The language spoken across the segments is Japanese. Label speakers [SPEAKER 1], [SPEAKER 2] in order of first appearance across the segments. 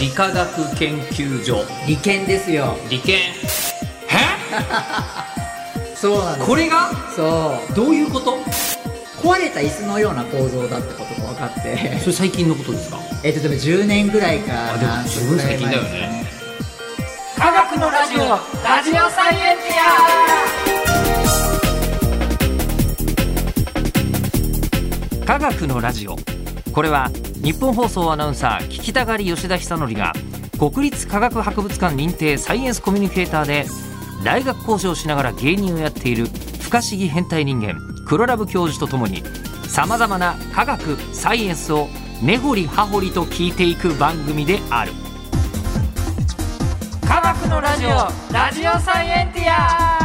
[SPEAKER 1] 理化学研究所
[SPEAKER 2] 利権ですよ
[SPEAKER 1] 理研え
[SPEAKER 2] そうなんです
[SPEAKER 1] これが
[SPEAKER 2] そ
[SPEAKER 1] どういうこと
[SPEAKER 2] う壊れた椅子のような構造だってことが分かって
[SPEAKER 1] それ最近のことですか
[SPEAKER 2] えっとでも10年ぐらいか
[SPEAKER 1] あ
[SPEAKER 2] な
[SPEAKER 1] でも十分最近だよね
[SPEAKER 2] 科学のラジオラジオサイエンテ
[SPEAKER 3] 科学のラジオこれは日本放送アナウンサー聞きたがり吉田久典が国立科学博物館認定サイエンスコミュニケーターで大学講師をしながら芸人をやっている不可思議変態人間黒ラブ教授とともにさまざまな科学サイエンスを根掘り葉掘りと聞いていく番組である科学のラジオラジオサイエンティア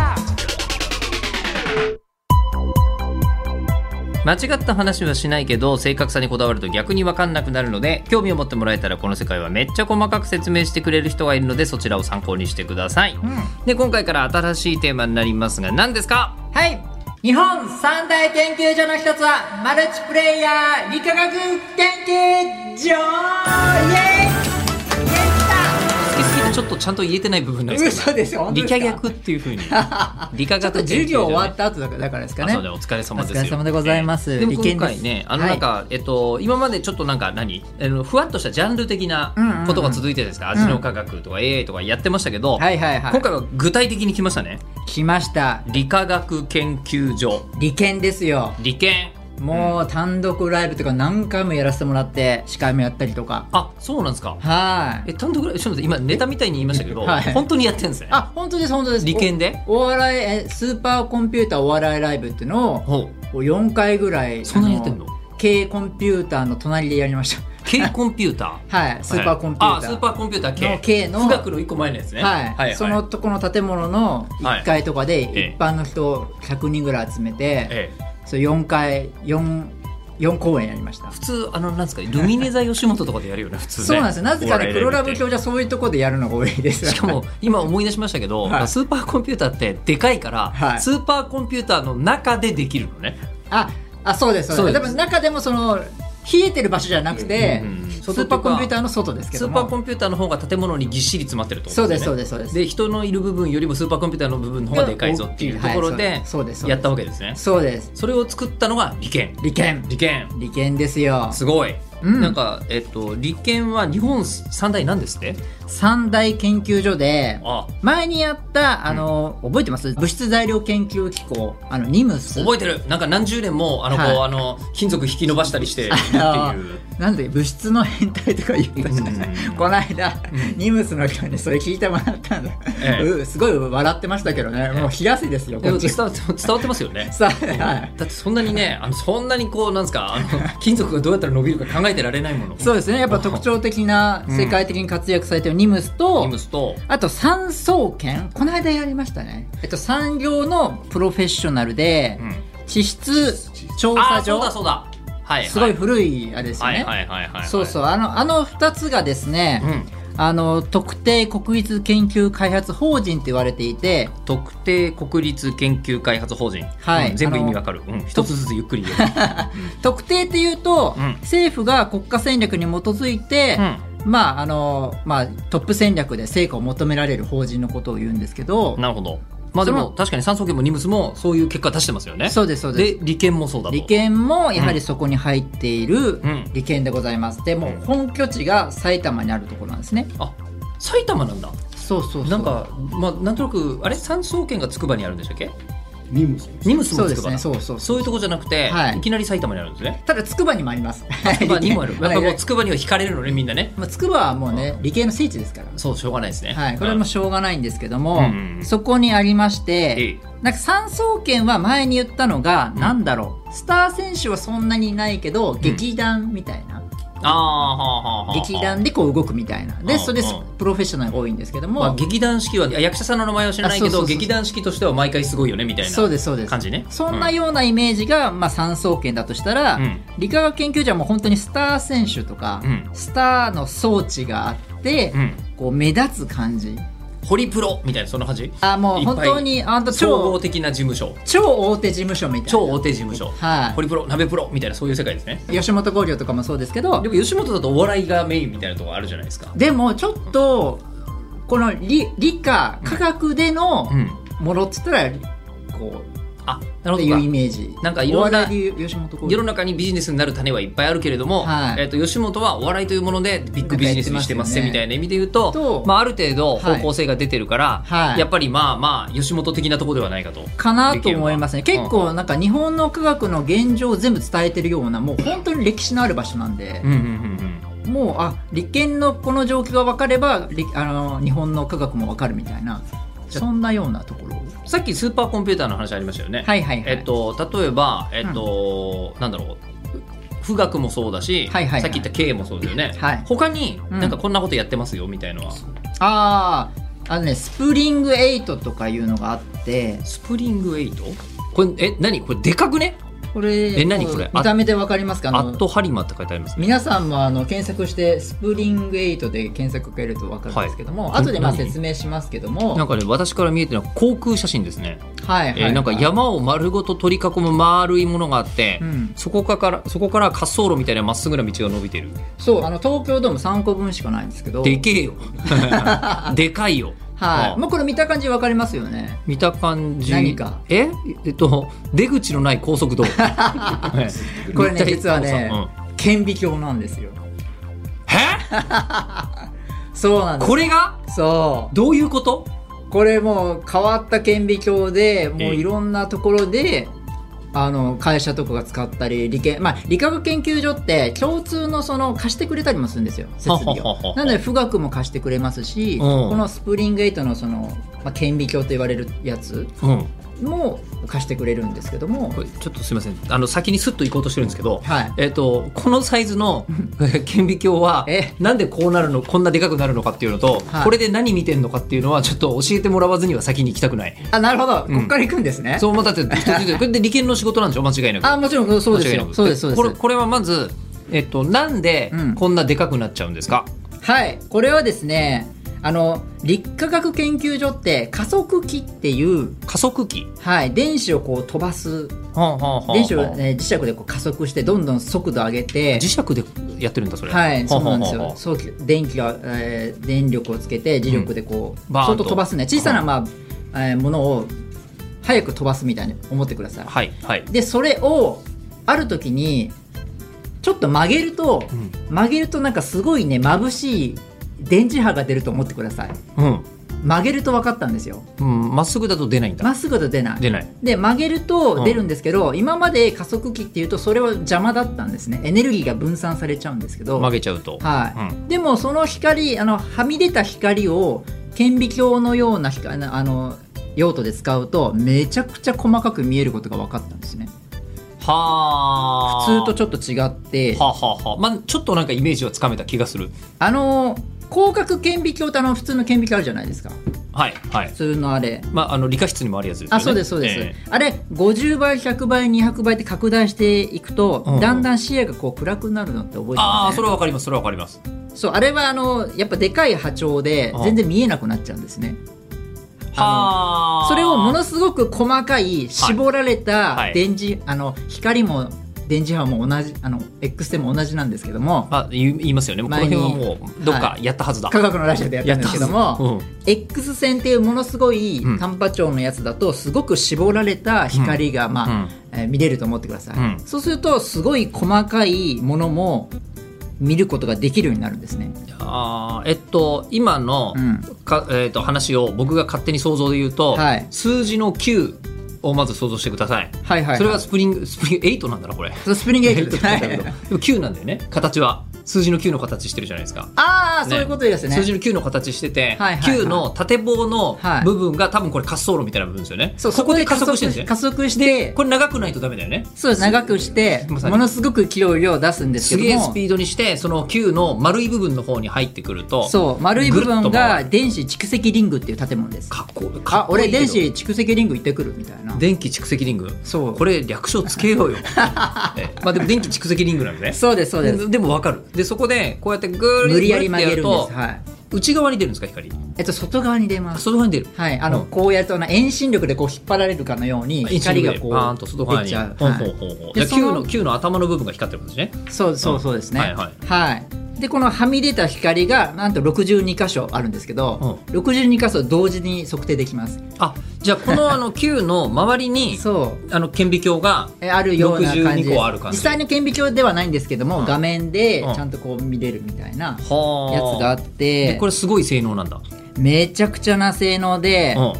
[SPEAKER 1] 間違った話はしないけど正確さにこだわると逆に分かんなくなるので興味を持ってもらえたらこの世界はめっちゃ細かく説明してくれる人がいるのでそちらを参考にしてください、で今回から新しいテーマになりますが何ですか
[SPEAKER 2] はい日本三大研究所の一つはマルチプレイヤー理化学研究所イエー
[SPEAKER 1] 好き好きでちょっとちゃんと言えてない部分なん
[SPEAKER 2] イ
[SPEAKER 1] です
[SPEAKER 2] 嘘ですよ本当
[SPEAKER 1] 理
[SPEAKER 2] ですか
[SPEAKER 1] 科 学っていうふうに 理科学
[SPEAKER 2] ちょっと授業終わった後だからだからですかね
[SPEAKER 1] あそうだお疲れ様ですよ
[SPEAKER 2] お疲れ様でございます
[SPEAKER 1] でも
[SPEAKER 2] 理研
[SPEAKER 1] 今
[SPEAKER 2] です
[SPEAKER 1] 回ねあのなんか、えっと今までちょっとなんか何あのふわっとしたジャンル的
[SPEAKER 2] うんうんう
[SPEAKER 1] なんことが続いてるんですか、味の科学とか AI とかやってましたけど、
[SPEAKER 2] はいはいはい
[SPEAKER 1] 今回は具体的に来ましたね
[SPEAKER 2] 来ました
[SPEAKER 1] 理化学研究所
[SPEAKER 2] 理研ですよ
[SPEAKER 1] 理研
[SPEAKER 2] もう単独ライブとか何回もやらせてもらって司会もやったりとか
[SPEAKER 1] あそうなんですか
[SPEAKER 2] は
[SPEAKER 1] え
[SPEAKER 2] い
[SPEAKER 1] 単独ライブちょっと待って今ネタみたいに言いましたけど、
[SPEAKER 2] はい
[SPEAKER 1] 本当にやってるんですね
[SPEAKER 2] あ本当です本当です
[SPEAKER 1] 理研で
[SPEAKER 2] おお笑いえスーパーコンピューターお笑いライブっていうのを
[SPEAKER 1] ほう
[SPEAKER 2] 4回ぐらい
[SPEAKER 1] そんなにやってんの
[SPEAKER 2] あ軽コンピューターの隣でやりまし
[SPEAKER 1] 軽コンピュータ
[SPEAKER 2] たはい
[SPEAKER 1] ー
[SPEAKER 2] スーパーコンピュー
[SPEAKER 1] あ
[SPEAKER 2] ター
[SPEAKER 1] スーパーコンピューター系
[SPEAKER 2] の K の
[SPEAKER 1] 富岳の一個前のやつね
[SPEAKER 2] はいそのとこの建物の1階とかで
[SPEAKER 1] ええ
[SPEAKER 2] 一般の人100人ぐらい集めて、
[SPEAKER 1] ええ
[SPEAKER 2] そう4回 4, 4公演やりました
[SPEAKER 1] 普通あのなんですかルミネ座吉本とかでやるよ ね普通ね
[SPEAKER 2] そうなんですよなぜかね
[SPEAKER 1] お笑い
[SPEAKER 2] 黒ラブ
[SPEAKER 1] イベン
[SPEAKER 2] 教
[SPEAKER 1] トっ
[SPEAKER 2] 授はそういうとこでやるのが多いです
[SPEAKER 1] てしかも今思い出しましたけど、
[SPEAKER 2] はい
[SPEAKER 1] スーパーコンピューターってでかいから、
[SPEAKER 2] はい
[SPEAKER 1] スーパーコンピューターの中でできるのね
[SPEAKER 2] ああそうですそうです
[SPEAKER 1] そうです
[SPEAKER 2] でも中でもその冷えてる場所じゃなくて、
[SPEAKER 1] うんうんうん
[SPEAKER 2] スーパーコンピューターの外ですけ
[SPEAKER 1] ス
[SPEAKER 2] ど
[SPEAKER 1] ー
[SPEAKER 2] も
[SPEAKER 1] パーコンピューターの方が建物にぎっしり詰まってると思
[SPEAKER 2] そううんです
[SPEAKER 1] よ
[SPEAKER 2] そう
[SPEAKER 1] ね
[SPEAKER 2] ですそうです
[SPEAKER 1] で人のいる部分よりもスーパーコンピューターの部分の方がでかいぞっていうと
[SPEAKER 2] はい
[SPEAKER 1] ころで
[SPEAKER 2] そうですそうです
[SPEAKER 1] やったわけですね
[SPEAKER 2] そうです
[SPEAKER 1] それを作ったのが理研
[SPEAKER 2] 理研
[SPEAKER 1] 理研
[SPEAKER 2] 理研ですよ
[SPEAKER 1] すごい、
[SPEAKER 2] うん
[SPEAKER 1] なんかえっと理研は日本三大なんですって
[SPEAKER 2] 三大研究所で
[SPEAKER 1] あ
[SPEAKER 2] 前にやったあの、覚えてます物質材料研究機構あのニムス
[SPEAKER 1] 覚えてるなんか何十年もあの、
[SPEAKER 2] はい
[SPEAKER 1] こうあの金属引き伸ばしたりしてって
[SPEAKER 2] あ
[SPEAKER 1] いう
[SPEAKER 2] なんで物質の変態とか言ったじゃない、
[SPEAKER 1] うん
[SPEAKER 2] この間、ニムスの人にそれ聞いてもらったんだ、
[SPEAKER 1] ええ
[SPEAKER 2] うすごい笑ってましたけどねもう冷や汗ですよ
[SPEAKER 1] で
[SPEAKER 2] こ
[SPEAKER 1] も
[SPEAKER 2] っち
[SPEAKER 1] 伝わって伝わってますよね
[SPEAKER 2] さはい
[SPEAKER 1] だってそんなにねあのそんなにこうなんですかあ の金属がどうやったら伸びるか考えてられないもの
[SPEAKER 2] そうですねやっぱ特徴的な世界的に活躍されてるニムスと、
[SPEAKER 1] ニムスと
[SPEAKER 2] あと産総研この間やりましたね、えっと、産業のプロフェッショナルで、
[SPEAKER 1] うん
[SPEAKER 2] 地質調
[SPEAKER 1] あ
[SPEAKER 2] 査
[SPEAKER 1] あそう
[SPEAKER 2] 所
[SPEAKER 1] だそうだはい、はい、
[SPEAKER 2] すごい古いあれですよ
[SPEAKER 1] は
[SPEAKER 2] ね、
[SPEAKER 1] いはいはいはい
[SPEAKER 2] そうそうあのあの2つがですね、
[SPEAKER 1] うん
[SPEAKER 2] あの特定国立研究開発法人って言われていて
[SPEAKER 1] 特定国立研究開発法人、
[SPEAKER 2] はい
[SPEAKER 1] うん全部意味わかる、うん、一つずつゆっくり言
[SPEAKER 2] 特定っていうと、
[SPEAKER 1] うん
[SPEAKER 2] 政府が国家戦略に基づい て、
[SPEAKER 1] え
[SPEAKER 2] まああのまあ、トップ戦略で成果を求められる法人のことを言うんですけど
[SPEAKER 1] うん、なるほどまあで
[SPEAKER 2] そ
[SPEAKER 1] も
[SPEAKER 2] の
[SPEAKER 1] 確かに酸素系もニムスもそういう結果出してますよね
[SPEAKER 2] そうですそうです
[SPEAKER 1] で理研もそうだと
[SPEAKER 2] 理研もやはりそこに入っている
[SPEAKER 1] うん
[SPEAKER 2] 理研でございますでもう本拠地が埼玉にあるところなんですね
[SPEAKER 1] あ埼玉なんだ
[SPEAKER 2] そうそうそう
[SPEAKER 1] なんか、まあ、なんとなく、あれ、三総圏が筑波にあるんでしたっけ。
[SPEAKER 4] ニムス
[SPEAKER 1] ニムス
[SPEAKER 2] そ
[SPEAKER 1] も
[SPEAKER 2] うで
[SPEAKER 1] 筑
[SPEAKER 2] す
[SPEAKER 1] 波
[SPEAKER 2] ね
[SPEAKER 1] だ。
[SPEAKER 2] そうそうそう
[SPEAKER 1] そういうとこじゃなくて、
[SPEAKER 2] はい
[SPEAKER 1] い、きなり埼玉にあるんです ね。
[SPEAKER 2] ただ筑波にもあ ります、
[SPEAKER 1] 筑波にもあるやっぱもう
[SPEAKER 2] つ
[SPEAKER 1] 筑波には惹かれるのね、みんなね。
[SPEAKER 2] まあ筑波はもうね理系の聖地ですから
[SPEAKER 1] そう、しょうがないですね。
[SPEAKER 2] はい、これもしょうがないんですけども、
[SPEAKER 1] うんうんうん
[SPEAKER 2] そこにありまし
[SPEAKER 1] うん。え
[SPEAKER 2] て、
[SPEAKER 1] え
[SPEAKER 2] なんか産総研は前に言ったのが、なんだろう、スター選手はそんなにいないけど、劇団みたいな、
[SPEAKER 1] ああ、はあ、はあ、はあ。
[SPEAKER 2] 劇。団でこう動くみたいな、
[SPEAKER 1] あ
[SPEAKER 2] で、
[SPEAKER 1] あ
[SPEAKER 2] それで
[SPEAKER 1] ああ
[SPEAKER 2] プロフェッショナルが多いんですけど
[SPEAKER 1] まあ、
[SPEAKER 2] も、
[SPEAKER 1] 劇団式は、いや役者さんの名前は知らないけ
[SPEAKER 2] あそう
[SPEAKER 1] ど、
[SPEAKER 2] そうそう
[SPEAKER 1] 劇団式としては毎回すごいよねみたいな。
[SPEAKER 2] そうです、そうです
[SPEAKER 1] 感。じね。
[SPEAKER 2] そんなようなイメージが、まあ、産総研だとしたら、
[SPEAKER 1] うん
[SPEAKER 2] 理化学研究所はもう本当にスター選手とか、
[SPEAKER 1] うん
[SPEAKER 2] スターの装置があって、
[SPEAKER 1] うん。うん。
[SPEAKER 2] こう目立つ感じ
[SPEAKER 1] ホリプロみたいなそんな感じ
[SPEAKER 2] あもう本当にあんた
[SPEAKER 1] 総合
[SPEAKER 2] 超
[SPEAKER 1] 的な事務所
[SPEAKER 2] 超大手事務所みたいな
[SPEAKER 1] 超大手事務所、
[SPEAKER 2] はい
[SPEAKER 1] ホリプロ鍋プロみたいなそういう世界ですね
[SPEAKER 2] 吉本興業とかもそうですけど
[SPEAKER 1] でも吉本だとお笑いがメインみたいなところあるじゃないですか
[SPEAKER 2] でもちょっとこの理理科科学での
[SPEAKER 1] うん
[SPEAKER 2] ものっつったらこう
[SPEAKER 1] あなる
[SPEAKER 2] っ
[SPEAKER 1] ほ
[SPEAKER 2] て
[SPEAKER 1] ど
[SPEAKER 2] いうイ
[SPEAKER 1] い
[SPEAKER 2] メージ
[SPEAKER 1] なんかいろんな
[SPEAKER 2] お笑いで吉本興
[SPEAKER 1] 世の
[SPEAKER 2] 業
[SPEAKER 1] 中にビジネスになる種はいっぱいあるけれども、
[SPEAKER 2] はい
[SPEAKER 1] えっと吉本はお笑いというものでビッグビジネスにしてますね
[SPEAKER 2] なん
[SPEAKER 1] み
[SPEAKER 2] か
[SPEAKER 1] た
[SPEAKER 2] や
[SPEAKER 1] いな意味で言うと
[SPEAKER 2] と
[SPEAKER 1] まあ、ある程度方向性が出てるから、
[SPEAKER 2] はい
[SPEAKER 1] やっぱりまあまあ吉本的なところではないかと。
[SPEAKER 2] かなと思いますね
[SPEAKER 1] できるわ
[SPEAKER 2] 結構なんか日本の科学の現状を全部伝えてるようなもう本当に歴史のある場所なんで、
[SPEAKER 1] うんうんうん
[SPEAKER 2] もうあ理研のこの状況が分かればりあの日本の科学も分かるみたいなそんなようなところ
[SPEAKER 1] うん、さっきスーパーコンピューターの話ありましたよね。
[SPEAKER 2] はいはいはい、
[SPEAKER 1] えっと、例えば、えっとなんだろう富岳もそうだし、
[SPEAKER 2] はいはいはい
[SPEAKER 1] さっき言った経営もそうだよね、
[SPEAKER 2] はい
[SPEAKER 1] 他に
[SPEAKER 2] うん
[SPEAKER 1] なんかこんなことやってますよみたいのは、
[SPEAKER 2] あああのねスプリングエイトとかいうのがあって
[SPEAKER 1] スプリングエイトこれえ何これでかくね
[SPEAKER 2] これ
[SPEAKER 1] え何これ
[SPEAKER 2] う見た目で分かりますか
[SPEAKER 1] ア
[SPEAKER 2] あの
[SPEAKER 1] ットハリマって書いてありますね
[SPEAKER 2] 皆さんもあの検索してスプリングエイトで検索かけると分かるんですけども、
[SPEAKER 1] はい
[SPEAKER 2] 後でまあ
[SPEAKER 1] 何
[SPEAKER 2] 説明しますけども
[SPEAKER 1] なんかね私から見えてるのは航空写真ですね、
[SPEAKER 2] はいはい、
[SPEAKER 1] えーなんか山を丸ごと取り囲む丸いものがあって、
[SPEAKER 2] うん
[SPEAKER 1] そこからそこから滑走路みたいなまっすぐな道が伸びてる
[SPEAKER 2] そうあの東京ドーム3個分しかないんですけど
[SPEAKER 1] でけえ よでかいよ
[SPEAKER 2] は
[SPEAKER 1] あ
[SPEAKER 2] い、もうこれ見た感じ分かりますよね
[SPEAKER 1] 見た感じ
[SPEAKER 2] 何か
[SPEAKER 1] ええっと出口のない高速 道路はい
[SPEAKER 2] これね
[SPEAKER 1] 立体
[SPEAKER 2] 実はね
[SPEAKER 1] うん
[SPEAKER 2] 顕微鏡なんですよ
[SPEAKER 1] え
[SPEAKER 2] そうなんです
[SPEAKER 1] これが
[SPEAKER 2] そ
[SPEAKER 1] どういうこと
[SPEAKER 2] うこれもう変わった顕微鏡でもういろんなところであの会社とかが使ったり理研、まあ、理化学研究所って共通のその貸してくれたりもするんですよ設備
[SPEAKER 1] はははは
[SPEAKER 2] をなので富岳も貸してくれますし、
[SPEAKER 1] うん
[SPEAKER 2] このスプリングエイトのその、まあ、顕微鏡と言われるやつ
[SPEAKER 1] うん
[SPEAKER 2] も貸してくれるんですけども
[SPEAKER 1] これちょっとすいませんあの先にスッと行こうとしてるんですけど
[SPEAKER 2] はい
[SPEAKER 1] えっと、このサイズの 顕微鏡は
[SPEAKER 2] え
[SPEAKER 1] なんでこうなるのこんなでかくなるのかっていうのと、
[SPEAKER 2] はい
[SPEAKER 1] これで何見てんのかっていうのはちょっと教えてもらわずには先に行きたくない
[SPEAKER 2] あなるほど、
[SPEAKER 1] うん
[SPEAKER 2] こっから行くんですね
[SPEAKER 1] そう思ったって一つ一つこれで理研の仕事なんでしょ間違いなく
[SPEAKER 2] あもちろんそうです
[SPEAKER 1] 間違いな
[SPEAKER 2] よ
[SPEAKER 1] く
[SPEAKER 2] そうですそうです
[SPEAKER 1] これこれはまず、えっと、なんで
[SPEAKER 2] うん
[SPEAKER 1] こんなでかくなっちゃうんですか、
[SPEAKER 2] はいこれはですねあの立化学研究所って加速器っていう、
[SPEAKER 1] 加速器
[SPEAKER 2] はい、電子をこう飛ば
[SPEAKER 1] は
[SPEAKER 2] す
[SPEAKER 1] あはあはあ
[SPEAKER 2] 電子を、ね、磁石でこう加速してどんどん速度上げて
[SPEAKER 1] 磁石でやってるんだそれ
[SPEAKER 2] はいそうなんで
[SPEAKER 1] はあ
[SPEAKER 2] すよ
[SPEAKER 1] はあは
[SPEAKER 2] そう電気が、えー電力をつけて磁力でこう、
[SPEAKER 1] うんバーン
[SPEAKER 2] 相
[SPEAKER 1] と
[SPEAKER 2] 当飛ばすね小さな、まあえーものを早く飛ばすみたいに思ってください
[SPEAKER 1] あはいはい
[SPEAKER 2] でそれをある時にちょっと曲げると、
[SPEAKER 1] ん
[SPEAKER 2] 曲げるとなんかすごいね眩しい電磁波が出ると思ってください
[SPEAKER 1] うん
[SPEAKER 2] 曲げると分かったんですよ
[SPEAKER 1] うんまっすぐだと出ないんだ、
[SPEAKER 2] まっすぐだと出ない
[SPEAKER 1] 出ない
[SPEAKER 2] で曲げると出るんですけど、今まで加速器っていうとそれは邪魔だったんですねエネルギーが分散されちゃうんですけど
[SPEAKER 1] 曲げちゃうと、
[SPEAKER 2] はい、
[SPEAKER 1] うん
[SPEAKER 2] でもその光あのはみ出た光を顕微鏡のような光あの用途で使うとめちゃくちゃ細かく見えることが分かったんですね
[SPEAKER 1] はあ
[SPEAKER 2] 普通とちょっと違って
[SPEAKER 1] はあはあはあまあちょっとなんかイメージはつかめた気がする
[SPEAKER 2] あの広角顕微鏡ってあの普通の顕微鏡あるじゃないですか
[SPEAKER 1] はいはい
[SPEAKER 2] 普通のあれ
[SPEAKER 1] まああの理科室にもあるやつですよね
[SPEAKER 2] あそうですそうです、
[SPEAKER 1] え
[SPEAKER 2] あれ50倍100倍200倍って拡大していくと、
[SPEAKER 1] うん
[SPEAKER 2] だんだん視野がこう暗くなるのって覚
[SPEAKER 1] え
[SPEAKER 2] えて
[SPEAKER 1] あ
[SPEAKER 2] ま
[SPEAKER 1] あ
[SPEAKER 2] す
[SPEAKER 1] そ
[SPEAKER 2] ね
[SPEAKER 1] れはわかりますそれはわかります
[SPEAKER 2] そうあれはあのやっぱでかい波長で
[SPEAKER 1] うん
[SPEAKER 2] 全然見えなくなっちゃうんですねあ
[SPEAKER 1] は
[SPEAKER 2] の
[SPEAKER 1] あ
[SPEAKER 2] それをものすごく細かい絞られ
[SPEAKER 1] は
[SPEAKER 2] た
[SPEAKER 1] い
[SPEAKER 2] 電磁、あの光も電磁波も同じあの X 線も同じなんですけども
[SPEAKER 1] まあ言い言いますよねもうこの
[SPEAKER 2] 前に
[SPEAKER 1] 辺はもうどっかやったはずだ、
[SPEAKER 2] 科学のラジオでやったんですけども、
[SPEAKER 1] うん
[SPEAKER 2] X 線っていうものすごい
[SPEAKER 1] うん
[SPEAKER 2] 短波長のやつだとすごく絞られた光が、まあ
[SPEAKER 1] うん
[SPEAKER 2] えー見れると思ってください、
[SPEAKER 1] うん
[SPEAKER 2] そうするとすごい細かいものも見ることができるようになるんですね
[SPEAKER 1] あーえっと今の、
[SPEAKER 2] うん
[SPEAKER 1] かえっと話を僕が勝手に想像で言うと、
[SPEAKER 2] はい
[SPEAKER 1] 数字の9をまず想像してください、
[SPEAKER 2] はいはい、
[SPEAKER 1] それはスプリングスプリング8なんだなこれ
[SPEAKER 2] そうスプリングエイト
[SPEAKER 1] 8って言ったんだけど でも9なんだよね形は数字の9の形してるじゃないですか
[SPEAKER 2] ああそういうことですね
[SPEAKER 1] 数字の9の形してて、
[SPEAKER 2] はいはいはい
[SPEAKER 1] 9の縦棒の
[SPEAKER 2] はい
[SPEAKER 1] 部分が多分これ滑走路みたいな部分ですよね。
[SPEAKER 2] そう
[SPEAKER 1] ここで加速してるんです
[SPEAKER 2] 加
[SPEAKER 1] よね。
[SPEAKER 2] 速して
[SPEAKER 1] これ長くないとダメだよね。
[SPEAKER 2] そうです長くして
[SPEAKER 1] まさに
[SPEAKER 2] ものすごく気を量を出すんで
[SPEAKER 1] す
[SPEAKER 2] すけ
[SPEAKER 1] げ
[SPEAKER 2] ど
[SPEAKER 1] え
[SPEAKER 2] も
[SPEAKER 1] スピードにしてその9の丸い部分の方に入ってくると
[SPEAKER 2] そう丸い部
[SPEAKER 1] ぐる
[SPEAKER 2] 分
[SPEAKER 1] っと回
[SPEAKER 2] が電子蓄積リングっていう建物です
[SPEAKER 1] かっこか
[SPEAKER 2] あ
[SPEAKER 1] っこい
[SPEAKER 2] 俺
[SPEAKER 1] いけど
[SPEAKER 2] 電子蓄積リング行ってくるみたいな
[SPEAKER 1] 電気蓄積リング
[SPEAKER 2] そう
[SPEAKER 1] これ略称つけ ようよえまあでも電気蓄積リングなんですね
[SPEAKER 2] そうですそうです
[SPEAKER 1] でも分かるでそこでこうやってぐーっ
[SPEAKER 2] 無
[SPEAKER 1] と
[SPEAKER 2] 理やり曲
[SPEAKER 1] や
[SPEAKER 2] げ
[SPEAKER 1] る
[SPEAKER 2] るんです
[SPEAKER 1] と
[SPEAKER 2] はい
[SPEAKER 1] 内側に出るんですか光
[SPEAKER 2] えっと、外側に出ます。
[SPEAKER 1] 外側に出る
[SPEAKER 2] はい、あの、
[SPEAKER 1] うん
[SPEAKER 2] こうやるとな遠心力でこう引っ張られるかのように光がこ
[SPEAKER 1] バーン
[SPEAKER 2] う
[SPEAKER 1] と外側
[SPEAKER 2] 出
[SPEAKER 1] に
[SPEAKER 2] ちゃう。
[SPEAKER 1] ほん
[SPEAKER 2] は
[SPEAKER 1] ほん
[SPEAKER 2] い
[SPEAKER 1] ほんほん
[SPEAKER 2] で
[SPEAKER 1] じゃあ
[SPEAKER 2] その
[SPEAKER 1] Q の Q の頭の部分が光ってるんですね
[SPEAKER 2] そうそううんそうですね。
[SPEAKER 1] はいはい
[SPEAKER 2] でこのはみ出た光がなんと62箇所あるんですけど、62箇所同時に測定できます。
[SPEAKER 1] あじゃあこのあ の Q の周りに
[SPEAKER 2] そう。
[SPEAKER 1] あの顕微鏡が
[SPEAKER 2] えあるような感じです
[SPEAKER 1] 62個ある感じ
[SPEAKER 2] 実際の顕微鏡ではないんですけども、
[SPEAKER 1] うん
[SPEAKER 2] 画面で
[SPEAKER 1] うん
[SPEAKER 2] ちゃんとこう見れるみたいなや
[SPEAKER 1] は
[SPEAKER 2] つがあっ
[SPEAKER 1] で
[SPEAKER 2] て、
[SPEAKER 1] これすごい性能なんだ、
[SPEAKER 2] めちゃくちゃな性能で、
[SPEAKER 1] うん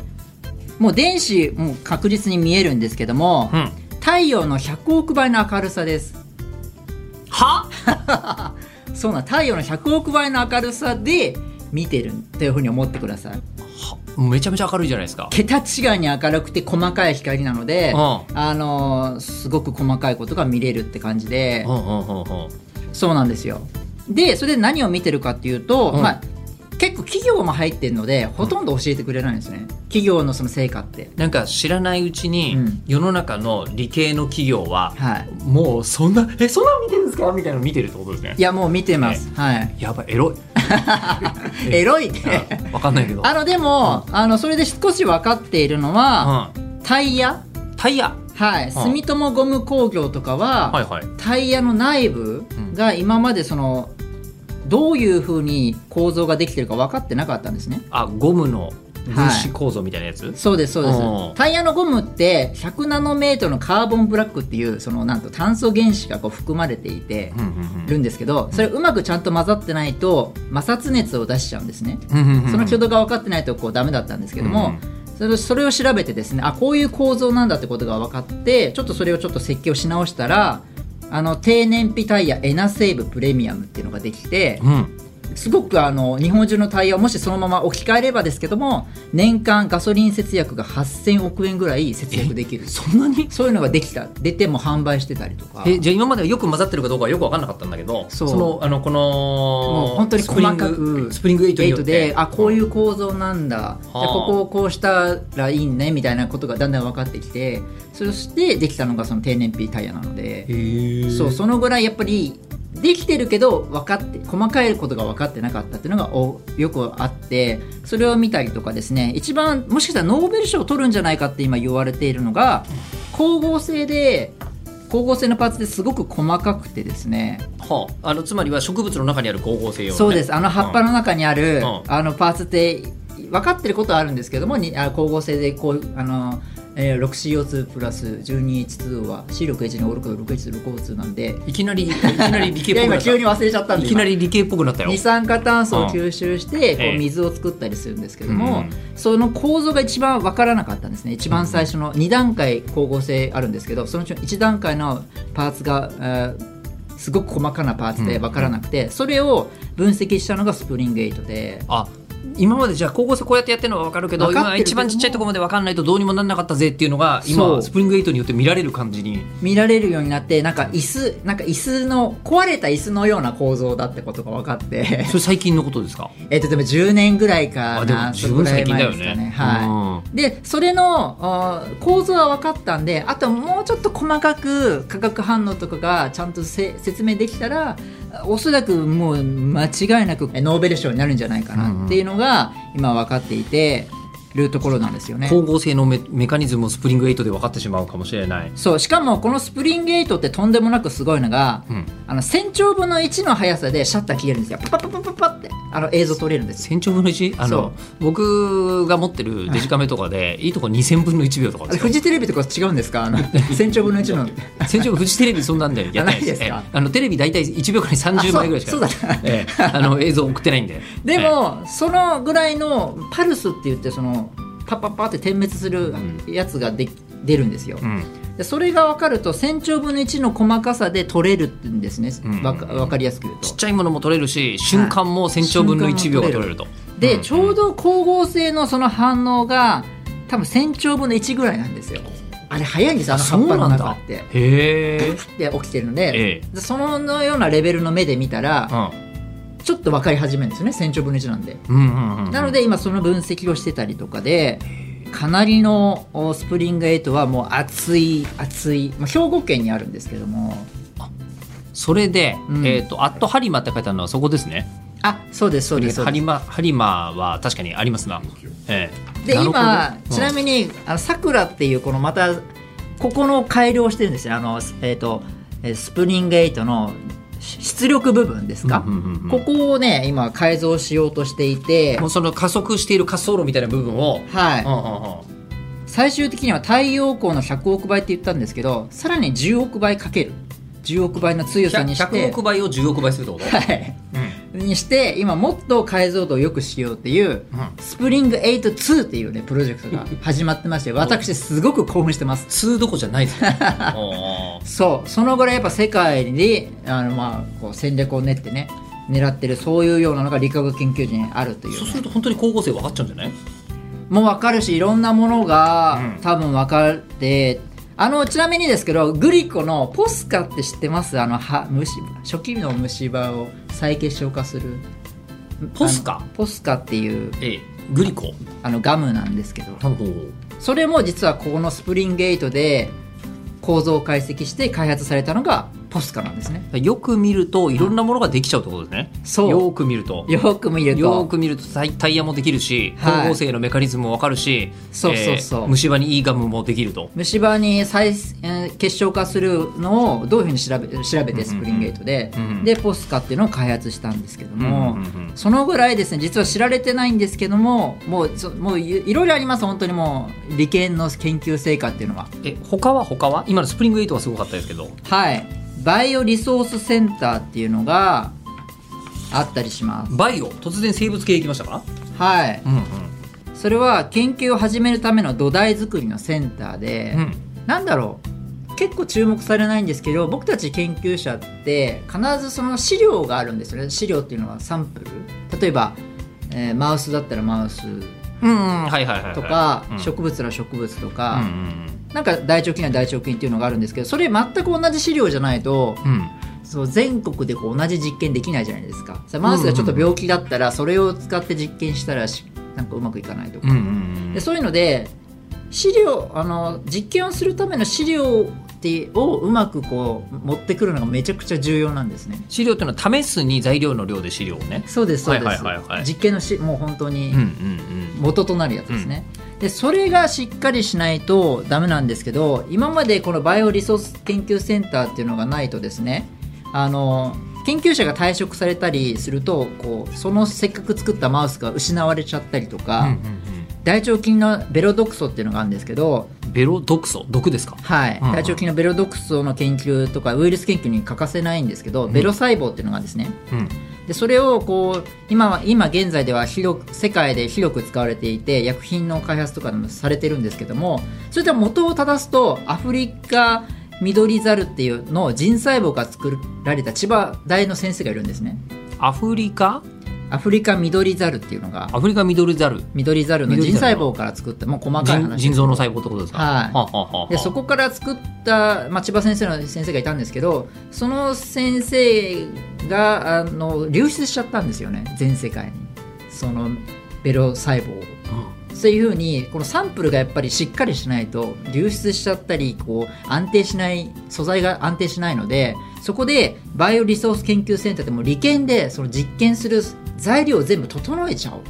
[SPEAKER 2] もう電子もう確実に見えるんですけども、
[SPEAKER 1] うん、
[SPEAKER 2] 太陽の100億倍の明るさです
[SPEAKER 1] は
[SPEAKER 2] そうなん太陽の100億倍の明るさで見てるというふうに思ってください
[SPEAKER 1] めちゃめちゃ明るいじゃないですか
[SPEAKER 2] 桁違いに明るくて細かい光なので、
[SPEAKER 1] う
[SPEAKER 2] あのーすごく細かいことが見れるって感じで、
[SPEAKER 1] うんうんうんうん
[SPEAKER 2] そうなんですよでそれで何を見てるかっていうと、
[SPEAKER 1] うん
[SPEAKER 2] まあ結構企業も入ってるのでほとんど教えてくれないんですね、企業のその成果って
[SPEAKER 1] なんか知らないうちに、
[SPEAKER 2] うん
[SPEAKER 1] 世の中の理系の企業は、
[SPEAKER 2] はい
[SPEAKER 1] もうそんなえそんなの見てるんですかみたいなの見てるってことですね
[SPEAKER 2] いやもう見てます、はい
[SPEAKER 1] やばいエロい
[SPEAKER 2] エロいって
[SPEAKER 1] わかんないけど
[SPEAKER 2] あのでも、あのそれで少し分かっているのは、タイヤ
[SPEAKER 1] うん、タイヤ
[SPEAKER 2] はい、住友ゴム工業とかは、
[SPEAKER 1] はいはい
[SPEAKER 2] タイヤの内部が今までそのどういうふうに構造ができてるか分かってなかったんですね
[SPEAKER 1] あゴムの分子構造みたいなやつ、
[SPEAKER 2] そうですそうです
[SPEAKER 1] うん
[SPEAKER 2] タイヤのゴムって100ナノメートルのカーボンブラックっていうそのなんと炭素原子がこう含まれていて
[SPEAKER 1] うんうん
[SPEAKER 2] るんですけどそれうまくちゃんと混ざってないと摩擦熱を出しちゃうんですね
[SPEAKER 1] うんうんうんうん
[SPEAKER 2] その挙動が分かってないとこうダメだったんですけど
[SPEAKER 1] う
[SPEAKER 2] も
[SPEAKER 1] ん、
[SPEAKER 2] それをそれを調べてですねあこういう構造なんだってことが分かってちょっとそれをちょっと設計をし直したらあの低燃費タイヤエナセーブプレミアムっていうのができて
[SPEAKER 1] うん
[SPEAKER 2] すごくあの日本中のタイヤをもしそのまま置き換えればですけども年間ガソリン節約が8000億円ぐらい節約できる
[SPEAKER 1] そんなに
[SPEAKER 2] そういうのができた出ても販売してたりとか
[SPEAKER 1] えじゃあ今まではよく混ざってるかどうかはよく分かんなかったんだけど
[SPEAKER 2] そう
[SPEAKER 1] のあのこの
[SPEAKER 2] もう本当に細かく
[SPEAKER 1] スプリングスプリングエイトによって
[SPEAKER 2] であこういう構造なんだ、じゃあ
[SPEAKER 1] はあ
[SPEAKER 2] ここをこうしたらいいねみたいなことがだんだん分かってきてそしてできたのがその低燃費タイヤなので、
[SPEAKER 1] へえ
[SPEAKER 2] そうそのぐらいやっぱりできてるけど分かって細かいことが分かってなかったっていうのがおよくあってそれを見たりとかですね一番もしかしたらノーベル賞を取るんじゃないかって今言われているのが光合成で光合成のパーツですごく細かくてですね
[SPEAKER 1] はあ、あのつまりは植物の中にある光合成用、ね、
[SPEAKER 2] そうですあの葉っぱ
[SPEAKER 1] の、
[SPEAKER 2] の中にある、
[SPEAKER 1] うん
[SPEAKER 2] あのパーツって分かってることはあるんですけどもにあ光合成でこうあの、えー 6CO2 プラス 12H2 は C6H2O6H6O2 なんで
[SPEAKER 1] いきなりいきなり理系っ
[SPEAKER 2] い
[SPEAKER 1] ぽ
[SPEAKER 2] や
[SPEAKER 1] くなっ
[SPEAKER 2] 今
[SPEAKER 1] た
[SPEAKER 2] 急に忘れちゃったん
[SPEAKER 1] い
[SPEAKER 2] で
[SPEAKER 1] きなり理系っぽくなったよ
[SPEAKER 2] 今二酸化炭素を吸収して、こ
[SPEAKER 1] ええ
[SPEAKER 2] う水を作ったりするんですけど
[SPEAKER 1] う
[SPEAKER 2] も
[SPEAKER 1] ん、
[SPEAKER 2] その構造が一番分からなかったんですね一番最初の2段階光合成あるんですけどそのうちの1段階のパーツが、えーすごく細かなパーツで分からなくて、それを分析したのがスプリングエイトで。
[SPEAKER 1] あ今までじゃあ光合成こうやってやってるのは分かるけど
[SPEAKER 2] 分かって
[SPEAKER 1] 今
[SPEAKER 2] るけど
[SPEAKER 1] 一番ちっちゃいところまで分かんないとどうにもなんなかったぜっていうのが
[SPEAKER 2] そ
[SPEAKER 1] 今
[SPEAKER 2] う
[SPEAKER 1] スプリングエイトによって見られる感じに
[SPEAKER 2] 見られるようになってなんか椅子なんか椅子の壊れた椅子のような構造だってことが分かって
[SPEAKER 1] それ最近のことですか
[SPEAKER 2] えっとでも10年ぐらいか
[SPEAKER 1] あで
[SPEAKER 2] な
[SPEAKER 1] も十
[SPEAKER 2] それぐ
[SPEAKER 1] 分
[SPEAKER 2] ら
[SPEAKER 1] 最
[SPEAKER 2] い
[SPEAKER 1] 近だ
[SPEAKER 2] 前
[SPEAKER 1] よ
[SPEAKER 2] ですか
[SPEAKER 1] ね
[SPEAKER 2] ねはいでそれのあー構造は分かったんであともうちょっと細かく化学反応とかがちゃんとせ説明できたらおそらくもう間違いなくえノーベル賞になるんじゃないかなっていうのが今分かっていてるところなんですよ
[SPEAKER 1] うん
[SPEAKER 2] ね。
[SPEAKER 1] 光合成のメメカニズムをスプリングエイトで分かってしまうかもしれない、
[SPEAKER 2] そうしかもこのスプリングエイトってとんでもなくすごいのが、
[SPEAKER 1] うん、
[SPEAKER 2] あの1000兆分の1の速さでシャッター切れるんですよパパパパパってあの映像撮れるんですよ
[SPEAKER 1] 千兆分の1あの僕が持ってるデジカメとかでいいとこ2000分の1秒とか
[SPEAKER 2] あ
[SPEAKER 1] で
[SPEAKER 2] れ
[SPEAKER 1] すよ
[SPEAKER 2] フジテレビとか違うんですかあの1000兆分の1の
[SPEAKER 1] 先週フジテレビそんなんでやってないです
[SPEAKER 2] あないですか
[SPEAKER 1] ええあのテレビ大体1秒から30枚ぐらいしか
[SPEAKER 2] あそうそうだな
[SPEAKER 1] ええあ の映像送ってないんで
[SPEAKER 2] でも、そのぐらいのパルスって言ってそのパッパッパって点滅するやつができ出るんですよ、
[SPEAKER 1] ええうん
[SPEAKER 2] でそれが分かると1000兆分の1の細かさで取れるんですね、
[SPEAKER 1] うん
[SPEAKER 2] わか分かりやすく言うと
[SPEAKER 1] ちっちゃいものも取れるし瞬間も1000兆分の1秒が取れると
[SPEAKER 2] で、
[SPEAKER 1] うん
[SPEAKER 2] ちょうど光合成のその反応が多分1000兆分の1ぐらいなんですよあれ早いんですよあの葉っぱの中って
[SPEAKER 1] へえ
[SPEAKER 2] で起きてるので,、
[SPEAKER 1] え
[SPEAKER 2] でそのようなレベルの目で見たら
[SPEAKER 1] う
[SPEAKER 2] ちょっと分かり始めるんですよね1000兆分の1なんで
[SPEAKER 1] んうんうんうん
[SPEAKER 2] なので今その分析をしてたりとかでかなりのおスプリングエイトはもう熱い熱い、まあ、兵庫県にあるんですけども
[SPEAKER 1] それで、
[SPEAKER 2] うん
[SPEAKER 1] えっ、と「アットハリマ」って書いてあるのはそこですね
[SPEAKER 2] あそうですそうですそう
[SPEAKER 1] ハ
[SPEAKER 2] で
[SPEAKER 1] リ
[SPEAKER 2] す
[SPEAKER 1] マハリマは確かにありますな。ええ、
[SPEAKER 2] で
[SPEAKER 1] なるほど
[SPEAKER 2] 今
[SPEAKER 1] うん
[SPEAKER 2] ちなみにあのさくらっていうこのまたここの改良をしてるんですよあのえっ、とえースプリングエイトのし出力部分ですか、
[SPEAKER 1] うんうんうんうん
[SPEAKER 2] ここをね今改造しようとしていて
[SPEAKER 1] もうその加速している滑走路みたいな部分を、
[SPEAKER 2] はい、
[SPEAKER 1] うんうんうん
[SPEAKER 2] 最終的には太陽光の100億倍って言ったんですけどさらに10億倍かける10億倍の強さにして
[SPEAKER 1] 100億倍を10億倍するってこと、
[SPEAKER 2] はいにして今もっと解像度を良くしようっていう、
[SPEAKER 1] うん
[SPEAKER 2] スプリング82っていうねプロジェクトが始まってまし て私すごく興奮してます
[SPEAKER 1] 2どこじゃないですねおー
[SPEAKER 2] そうそのぐらいやっぱ世界にあのまあこう戦略を練ってね狙ってるそういうようなのが理化学研究所にあるというね、
[SPEAKER 1] そうすると本当に高校生分かっちゃうんじゃない
[SPEAKER 2] もう分かるしいろんなものが
[SPEAKER 1] うん
[SPEAKER 2] 多分分かって、あのちなみにですけどグリコのポスカって知ってますあのは虫初期の虫歯を再結晶化する
[SPEAKER 1] ポスカ
[SPEAKER 2] あのポスカっていう
[SPEAKER 1] ええグリコ
[SPEAKER 2] あのガムなんですけど
[SPEAKER 1] ほうほう
[SPEAKER 2] それも実はここのスプリンゲートで構造を解析して開発されたのがポスカなんですね
[SPEAKER 1] よく見るといろんなものができちゃうってことですね、
[SPEAKER 2] そう
[SPEAKER 1] よーく見ると
[SPEAKER 2] よく見ると
[SPEAKER 1] よーく見るとタイタイヤもできるし
[SPEAKER 2] はい
[SPEAKER 1] 光合成のメカニズムも分かるし、
[SPEAKER 2] そうそうそう
[SPEAKER 1] 虫歯にいいガムもできると
[SPEAKER 2] 虫歯に再、えー結晶化するのをどういうふうに調べ調べてスプリンゲートで、
[SPEAKER 1] うんうん
[SPEAKER 2] でポスカっていうのを開発したんですけども、
[SPEAKER 1] うんうんうん
[SPEAKER 2] そのぐらいですね実は知られてないんですけどももうそもういいろいろあります本当にもう理研の研究成果っていうのは
[SPEAKER 1] え他は他は今のスプリングエイトはすごかったですけど
[SPEAKER 2] はいバイオリソースセンターっていうのがあったりします
[SPEAKER 1] バイオ突然生物系いきましたか
[SPEAKER 2] はい
[SPEAKER 1] うんうん
[SPEAKER 2] それは研究を始めるための土台作りのセンターで、
[SPEAKER 1] うん
[SPEAKER 2] なんだろう結構注目されないんですけど僕たち研究者って必ずその資料があるんですよね資料っていうのはサンプル例えば、えーマウスだったらマウス
[SPEAKER 1] うんうんはいはいはい、はい、
[SPEAKER 2] とか、
[SPEAKER 1] うん
[SPEAKER 2] 植物なら植物と
[SPEAKER 1] うんう
[SPEAKER 2] か、
[SPEAKER 1] ん
[SPEAKER 2] なんか大腸菌なら大腸菌っていうのがあるんですけどそれ全く同じ資料じゃないと
[SPEAKER 1] うんうん
[SPEAKER 2] そう全国でこう同じ実験できないじゃないですかさマウスがちょっと病気だったらそれを使って実験したらしなんかうまくいかないとか
[SPEAKER 1] うんう、んう
[SPEAKER 2] で
[SPEAKER 1] ん
[SPEAKER 2] そういうので資料あの実験をするための資料ってをうまくこう持ってくるのがめちゃくちゃ重要なんですね。
[SPEAKER 1] 資料っていうのは試すに材料の量で資料をね
[SPEAKER 2] そうですそうです。
[SPEAKER 1] はいはいはいはい
[SPEAKER 2] 実験のしもう本当に
[SPEAKER 1] うんうんうん
[SPEAKER 2] 元となるやつですね。でそれがしっかりしないとダメなんですけど今までこのバイオリソース研究センターっていうのがないとですねあの研究者が退職されたりするとこうそのせっかく作ったマウスが失われちゃったりとか、
[SPEAKER 1] うんうん
[SPEAKER 2] 大腸菌のベロ毒素っていうのがあるんですけど
[SPEAKER 1] うんベロ毒素毒ですか
[SPEAKER 2] はい、
[SPEAKER 1] うんうん
[SPEAKER 2] 大腸菌のベロ毒素の研究とかウイルス研究に欠かせないんですけど、ベロ細胞っていうのがですね
[SPEAKER 1] うん
[SPEAKER 2] でそれをこう今は今現在では広く世界で広く使われていて薬品の開発とかでもされてるんですけどもそれでは元を正すとアフリカミドリザルっていうのを人細胞が作られた千葉大の先生がいるんですね
[SPEAKER 1] アフリカ
[SPEAKER 2] アフリカミドリザルっていうのが
[SPEAKER 1] アフリカミドルザル
[SPEAKER 2] ミドリザルの
[SPEAKER 1] ミド
[SPEAKER 2] 人
[SPEAKER 1] リザ
[SPEAKER 2] 細
[SPEAKER 1] ルの
[SPEAKER 2] 胞から作ったもう細かい
[SPEAKER 1] 腎
[SPEAKER 2] 話
[SPEAKER 1] 腎臓の細胞ってことですか
[SPEAKER 2] は
[SPEAKER 1] は
[SPEAKER 2] い
[SPEAKER 1] あはあはあ
[SPEAKER 2] でそこから作った、まあ、千葉先生の先生がいたんですけどその先生があの流出しちゃったんですよね全世界にそのベロ細胞を。そういうふうにこのサンプルがやっぱりしっかりしないと流出しちゃったりこう安定しない素材が安定しないのでそこでバイオリソース研究センターでも理研でその実験する材料を全部整えちゃおう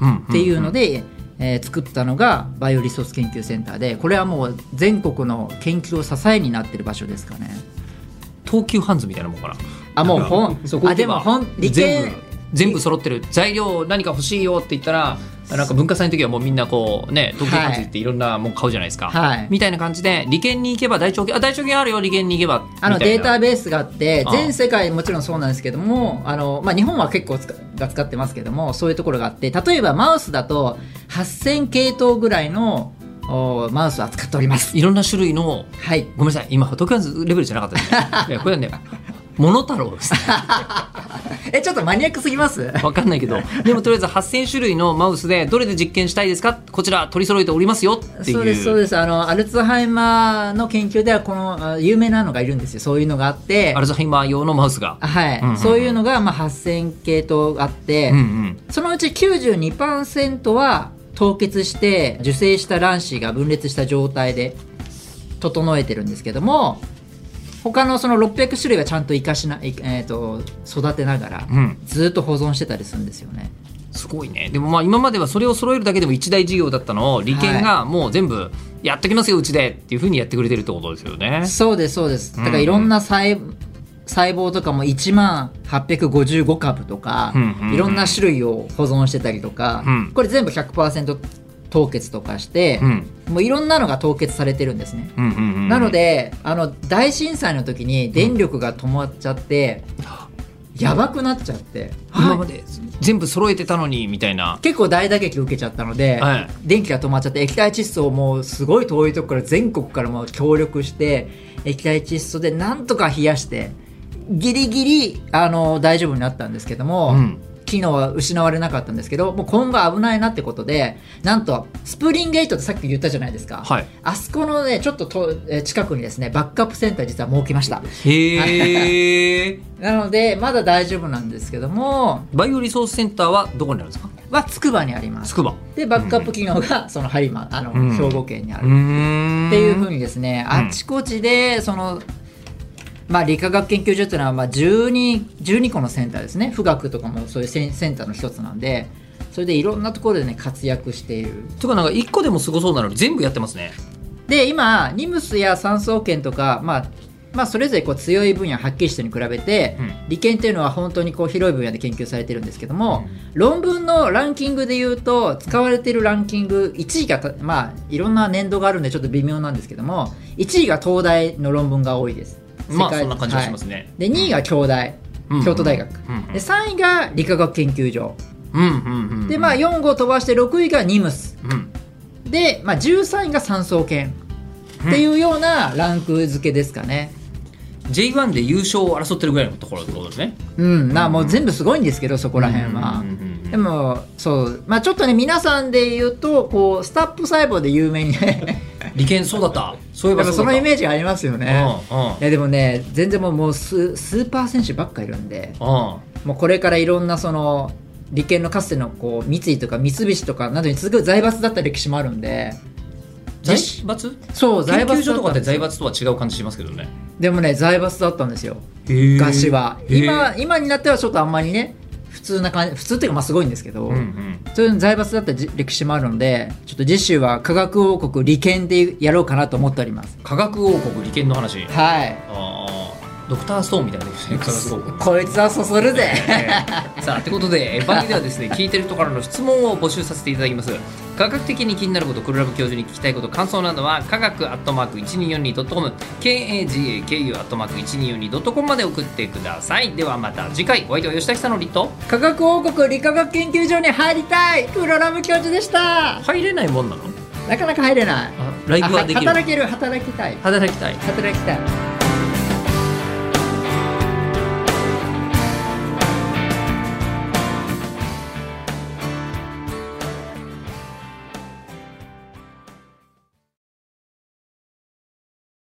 [SPEAKER 1] うん
[SPEAKER 2] っていうので、えー作ったのがバイオリソース研究センターでこれはもう全国の研究を支えになってる場所ですかね
[SPEAKER 1] 東急ハンズみたいなもんかな
[SPEAKER 2] あもう本
[SPEAKER 1] そこ行
[SPEAKER 2] あ
[SPEAKER 1] け
[SPEAKER 2] で
[SPEAKER 1] ば
[SPEAKER 2] も本理
[SPEAKER 1] 全部
[SPEAKER 2] 系
[SPEAKER 1] 全部揃ってる材料何か欲しいよって言ったらなんか文化祭の時はもうみんなこうね東京ハンズ行っていろんなもん買うじゃないですか、
[SPEAKER 2] はい
[SPEAKER 1] みたいな感じで利権に行けば大腸菌あ大腸菌あるよ利権に行けば
[SPEAKER 2] あの
[SPEAKER 1] みたい
[SPEAKER 2] デ
[SPEAKER 1] な
[SPEAKER 2] ータベースがあって
[SPEAKER 1] ああ
[SPEAKER 2] 全世界もちろんそうなんですけどもあの、まあ、日本は結構使が使ってますけどもそういうところがあって例えばマウスだと8000系統ぐらいのおマウスを扱っております。
[SPEAKER 1] いろんな種類の
[SPEAKER 2] はい
[SPEAKER 1] ごめんなさい今東京ハンズレベルじゃなかったです、ね、いやこれはねモノタロウです
[SPEAKER 2] えちょっとマニアックすぎます
[SPEAKER 1] わかんないけどでもとりあえず8000種類のマウスでどれで実験したいですかこちら取り揃えておりますよっていう
[SPEAKER 2] そうですそうですあのアルツハイマーの研究ではこのあ有名なのがいるんですよそういうのがあって
[SPEAKER 1] アルツハイマー用のマウスが、
[SPEAKER 2] はい、
[SPEAKER 1] うんうんうん
[SPEAKER 2] そういうのがまあ8000系統あって、
[SPEAKER 1] うんうん、
[SPEAKER 2] そのうち92%は凍結して受精した卵子が分裂した状態で整えてるんですけども他のその600種類はちゃんと生かしな、えー、と育てながら、
[SPEAKER 1] うん
[SPEAKER 2] ずっと保存してたりするんですよね。
[SPEAKER 1] すごいねでもまあ今まではそれを揃えるだけでも一大事業だったのを理研がもう全部やっときますようちでっていうふうにやってくれてるってことですよね。
[SPEAKER 2] そうですそうです。だから
[SPEAKER 1] うん
[SPEAKER 2] いろんな細,、細胞とかも1万855株とか、
[SPEAKER 1] うんうんうん
[SPEAKER 2] いろんな種類を保存してたりとか、
[SPEAKER 1] うん
[SPEAKER 2] これ全部100%凍結とかして、
[SPEAKER 1] うん
[SPEAKER 2] もういろんなのが凍結されてるんですね。
[SPEAKER 1] うんうんうん
[SPEAKER 2] なのであの大震災の時に電力が止まっちゃって、やばくなっちゃって、
[SPEAKER 1] 今まで全部揃えてたのにみたいな。
[SPEAKER 2] 結構大打撃を受けちゃったので、
[SPEAKER 1] はい
[SPEAKER 2] 電気が止まっちゃって液体窒素をもうすごい遠いところから全国からもう協力して液体窒素でなんとか冷やしてギリギリあの大丈夫になったんですけども、
[SPEAKER 1] うん
[SPEAKER 2] 機能は失われなかったんですけどもう今後危ないなってことでなんとスプリンゲートってさっき言ったじゃないですか、
[SPEAKER 1] はい
[SPEAKER 2] あそこのねちょっととえー近くにですねバックアップセンター実は設けました
[SPEAKER 1] へえ。
[SPEAKER 2] なのでまだ大丈夫なんですけども
[SPEAKER 1] バイオリソースセンターはどこにあるんですか？
[SPEAKER 2] はつくばにあります
[SPEAKER 1] つくば。
[SPEAKER 2] でバックアップ機能がその播磨あの、
[SPEAKER 1] うん
[SPEAKER 2] 兵庫県にあ
[SPEAKER 1] うー
[SPEAKER 2] る
[SPEAKER 1] ん
[SPEAKER 2] っていうふうにですね、
[SPEAKER 1] うん
[SPEAKER 2] あちこちでその、まあ、理化学研究所っていうのはまあ 12, 12個のセンターですね富学とかもそういうセンセンターの一つなんでそれでいろんなところでね活躍している
[SPEAKER 1] てかなんか一個でもすごそうなのに全部やってますね。
[SPEAKER 2] で今ニムスや産総研とか、まあまあ、それぞれこう強い分野はっきりしてるに比べて、
[SPEAKER 1] うん
[SPEAKER 2] 理研っていうのは本当にこう広い分野で研究されてるんですけども、論文のランキングで言うと使われてるランキング1位がたまあいろんな年度があるんでちょっと微妙なんですけども1位が東大の論文が多いです
[SPEAKER 1] まあ
[SPEAKER 2] 世界
[SPEAKER 1] そんな感じがします
[SPEAKER 2] は
[SPEAKER 1] ね。
[SPEAKER 2] いで2位が京大、
[SPEAKER 1] うん
[SPEAKER 2] 京都大学、
[SPEAKER 1] うんうん
[SPEAKER 2] で3位が理化学研究所、
[SPEAKER 1] うんうんうん。
[SPEAKER 2] でまあ4号飛ばして6位がニムス
[SPEAKER 1] うん
[SPEAKER 2] で、まあ、13位が産総研っていうようなランク付けですかね。
[SPEAKER 1] J1 で優勝を争ってるぐらいのところってことですね。
[SPEAKER 2] うん、なもう全部すごいんですけどそこら辺は
[SPEAKER 1] うんうんうんうん。
[SPEAKER 2] でもそうまあちょっとね皆さんで言うとこうスタップ細胞で 有名にね
[SPEAKER 1] 理研そうだった。そういえ
[SPEAKER 2] や
[SPEAKER 1] ば
[SPEAKER 2] っぱ
[SPEAKER 1] うだ
[SPEAKER 2] そ
[SPEAKER 1] った
[SPEAKER 2] のイメージありますよね。
[SPEAKER 1] うんうん
[SPEAKER 2] いやでもね全然もうもう数数パー選手ばっかいるんで
[SPEAKER 1] うん。
[SPEAKER 2] もうこれからいろんなその利権のかつてのこう三井とか三菱とかなどに続く財閥だった歴史もあるんで
[SPEAKER 1] 財
[SPEAKER 2] 実
[SPEAKER 1] 閥
[SPEAKER 2] そう財
[SPEAKER 1] 研究
[SPEAKER 2] 閥だ
[SPEAKER 1] 所と
[SPEAKER 2] った
[SPEAKER 1] か
[SPEAKER 2] ん
[SPEAKER 1] って
[SPEAKER 2] ですよ
[SPEAKER 1] 財閥とは違う感じしますけどね。
[SPEAKER 2] でもね財閥だったんですよ
[SPEAKER 1] 昔
[SPEAKER 2] 昔は今今になってはちょっとあんまりね普通な感じ普通っていうかまあすごいんですけど、
[SPEAKER 1] うんうん。
[SPEAKER 2] そういう財閥だったじ歴史もあるのでちょっと次週は科学王国利権でやろうかなと思っております
[SPEAKER 1] 科学王国理研の話。
[SPEAKER 2] はい
[SPEAKER 1] ああ、ドクターストーンみたいなですね。科学王国。
[SPEAKER 2] こいつはそそるぜ
[SPEAKER 1] さあということでえー番組ではですね聞いてる人からの質問を募集させていただきます科学的に気になることクルラブ教授に聞きたいこと感想などは科学アットマーク 1242.com KAGAKU アットマーク 1242.com まで送ってくださいではまた次回お相手は吉田久典と
[SPEAKER 2] 科学王国理化学研究所に入りたい黒ラム教授でした
[SPEAKER 1] 入れないもんなの
[SPEAKER 2] なかなか入れない
[SPEAKER 1] あライブはできる
[SPEAKER 2] 働ける働きたい
[SPEAKER 1] 働きたい
[SPEAKER 2] 働きたい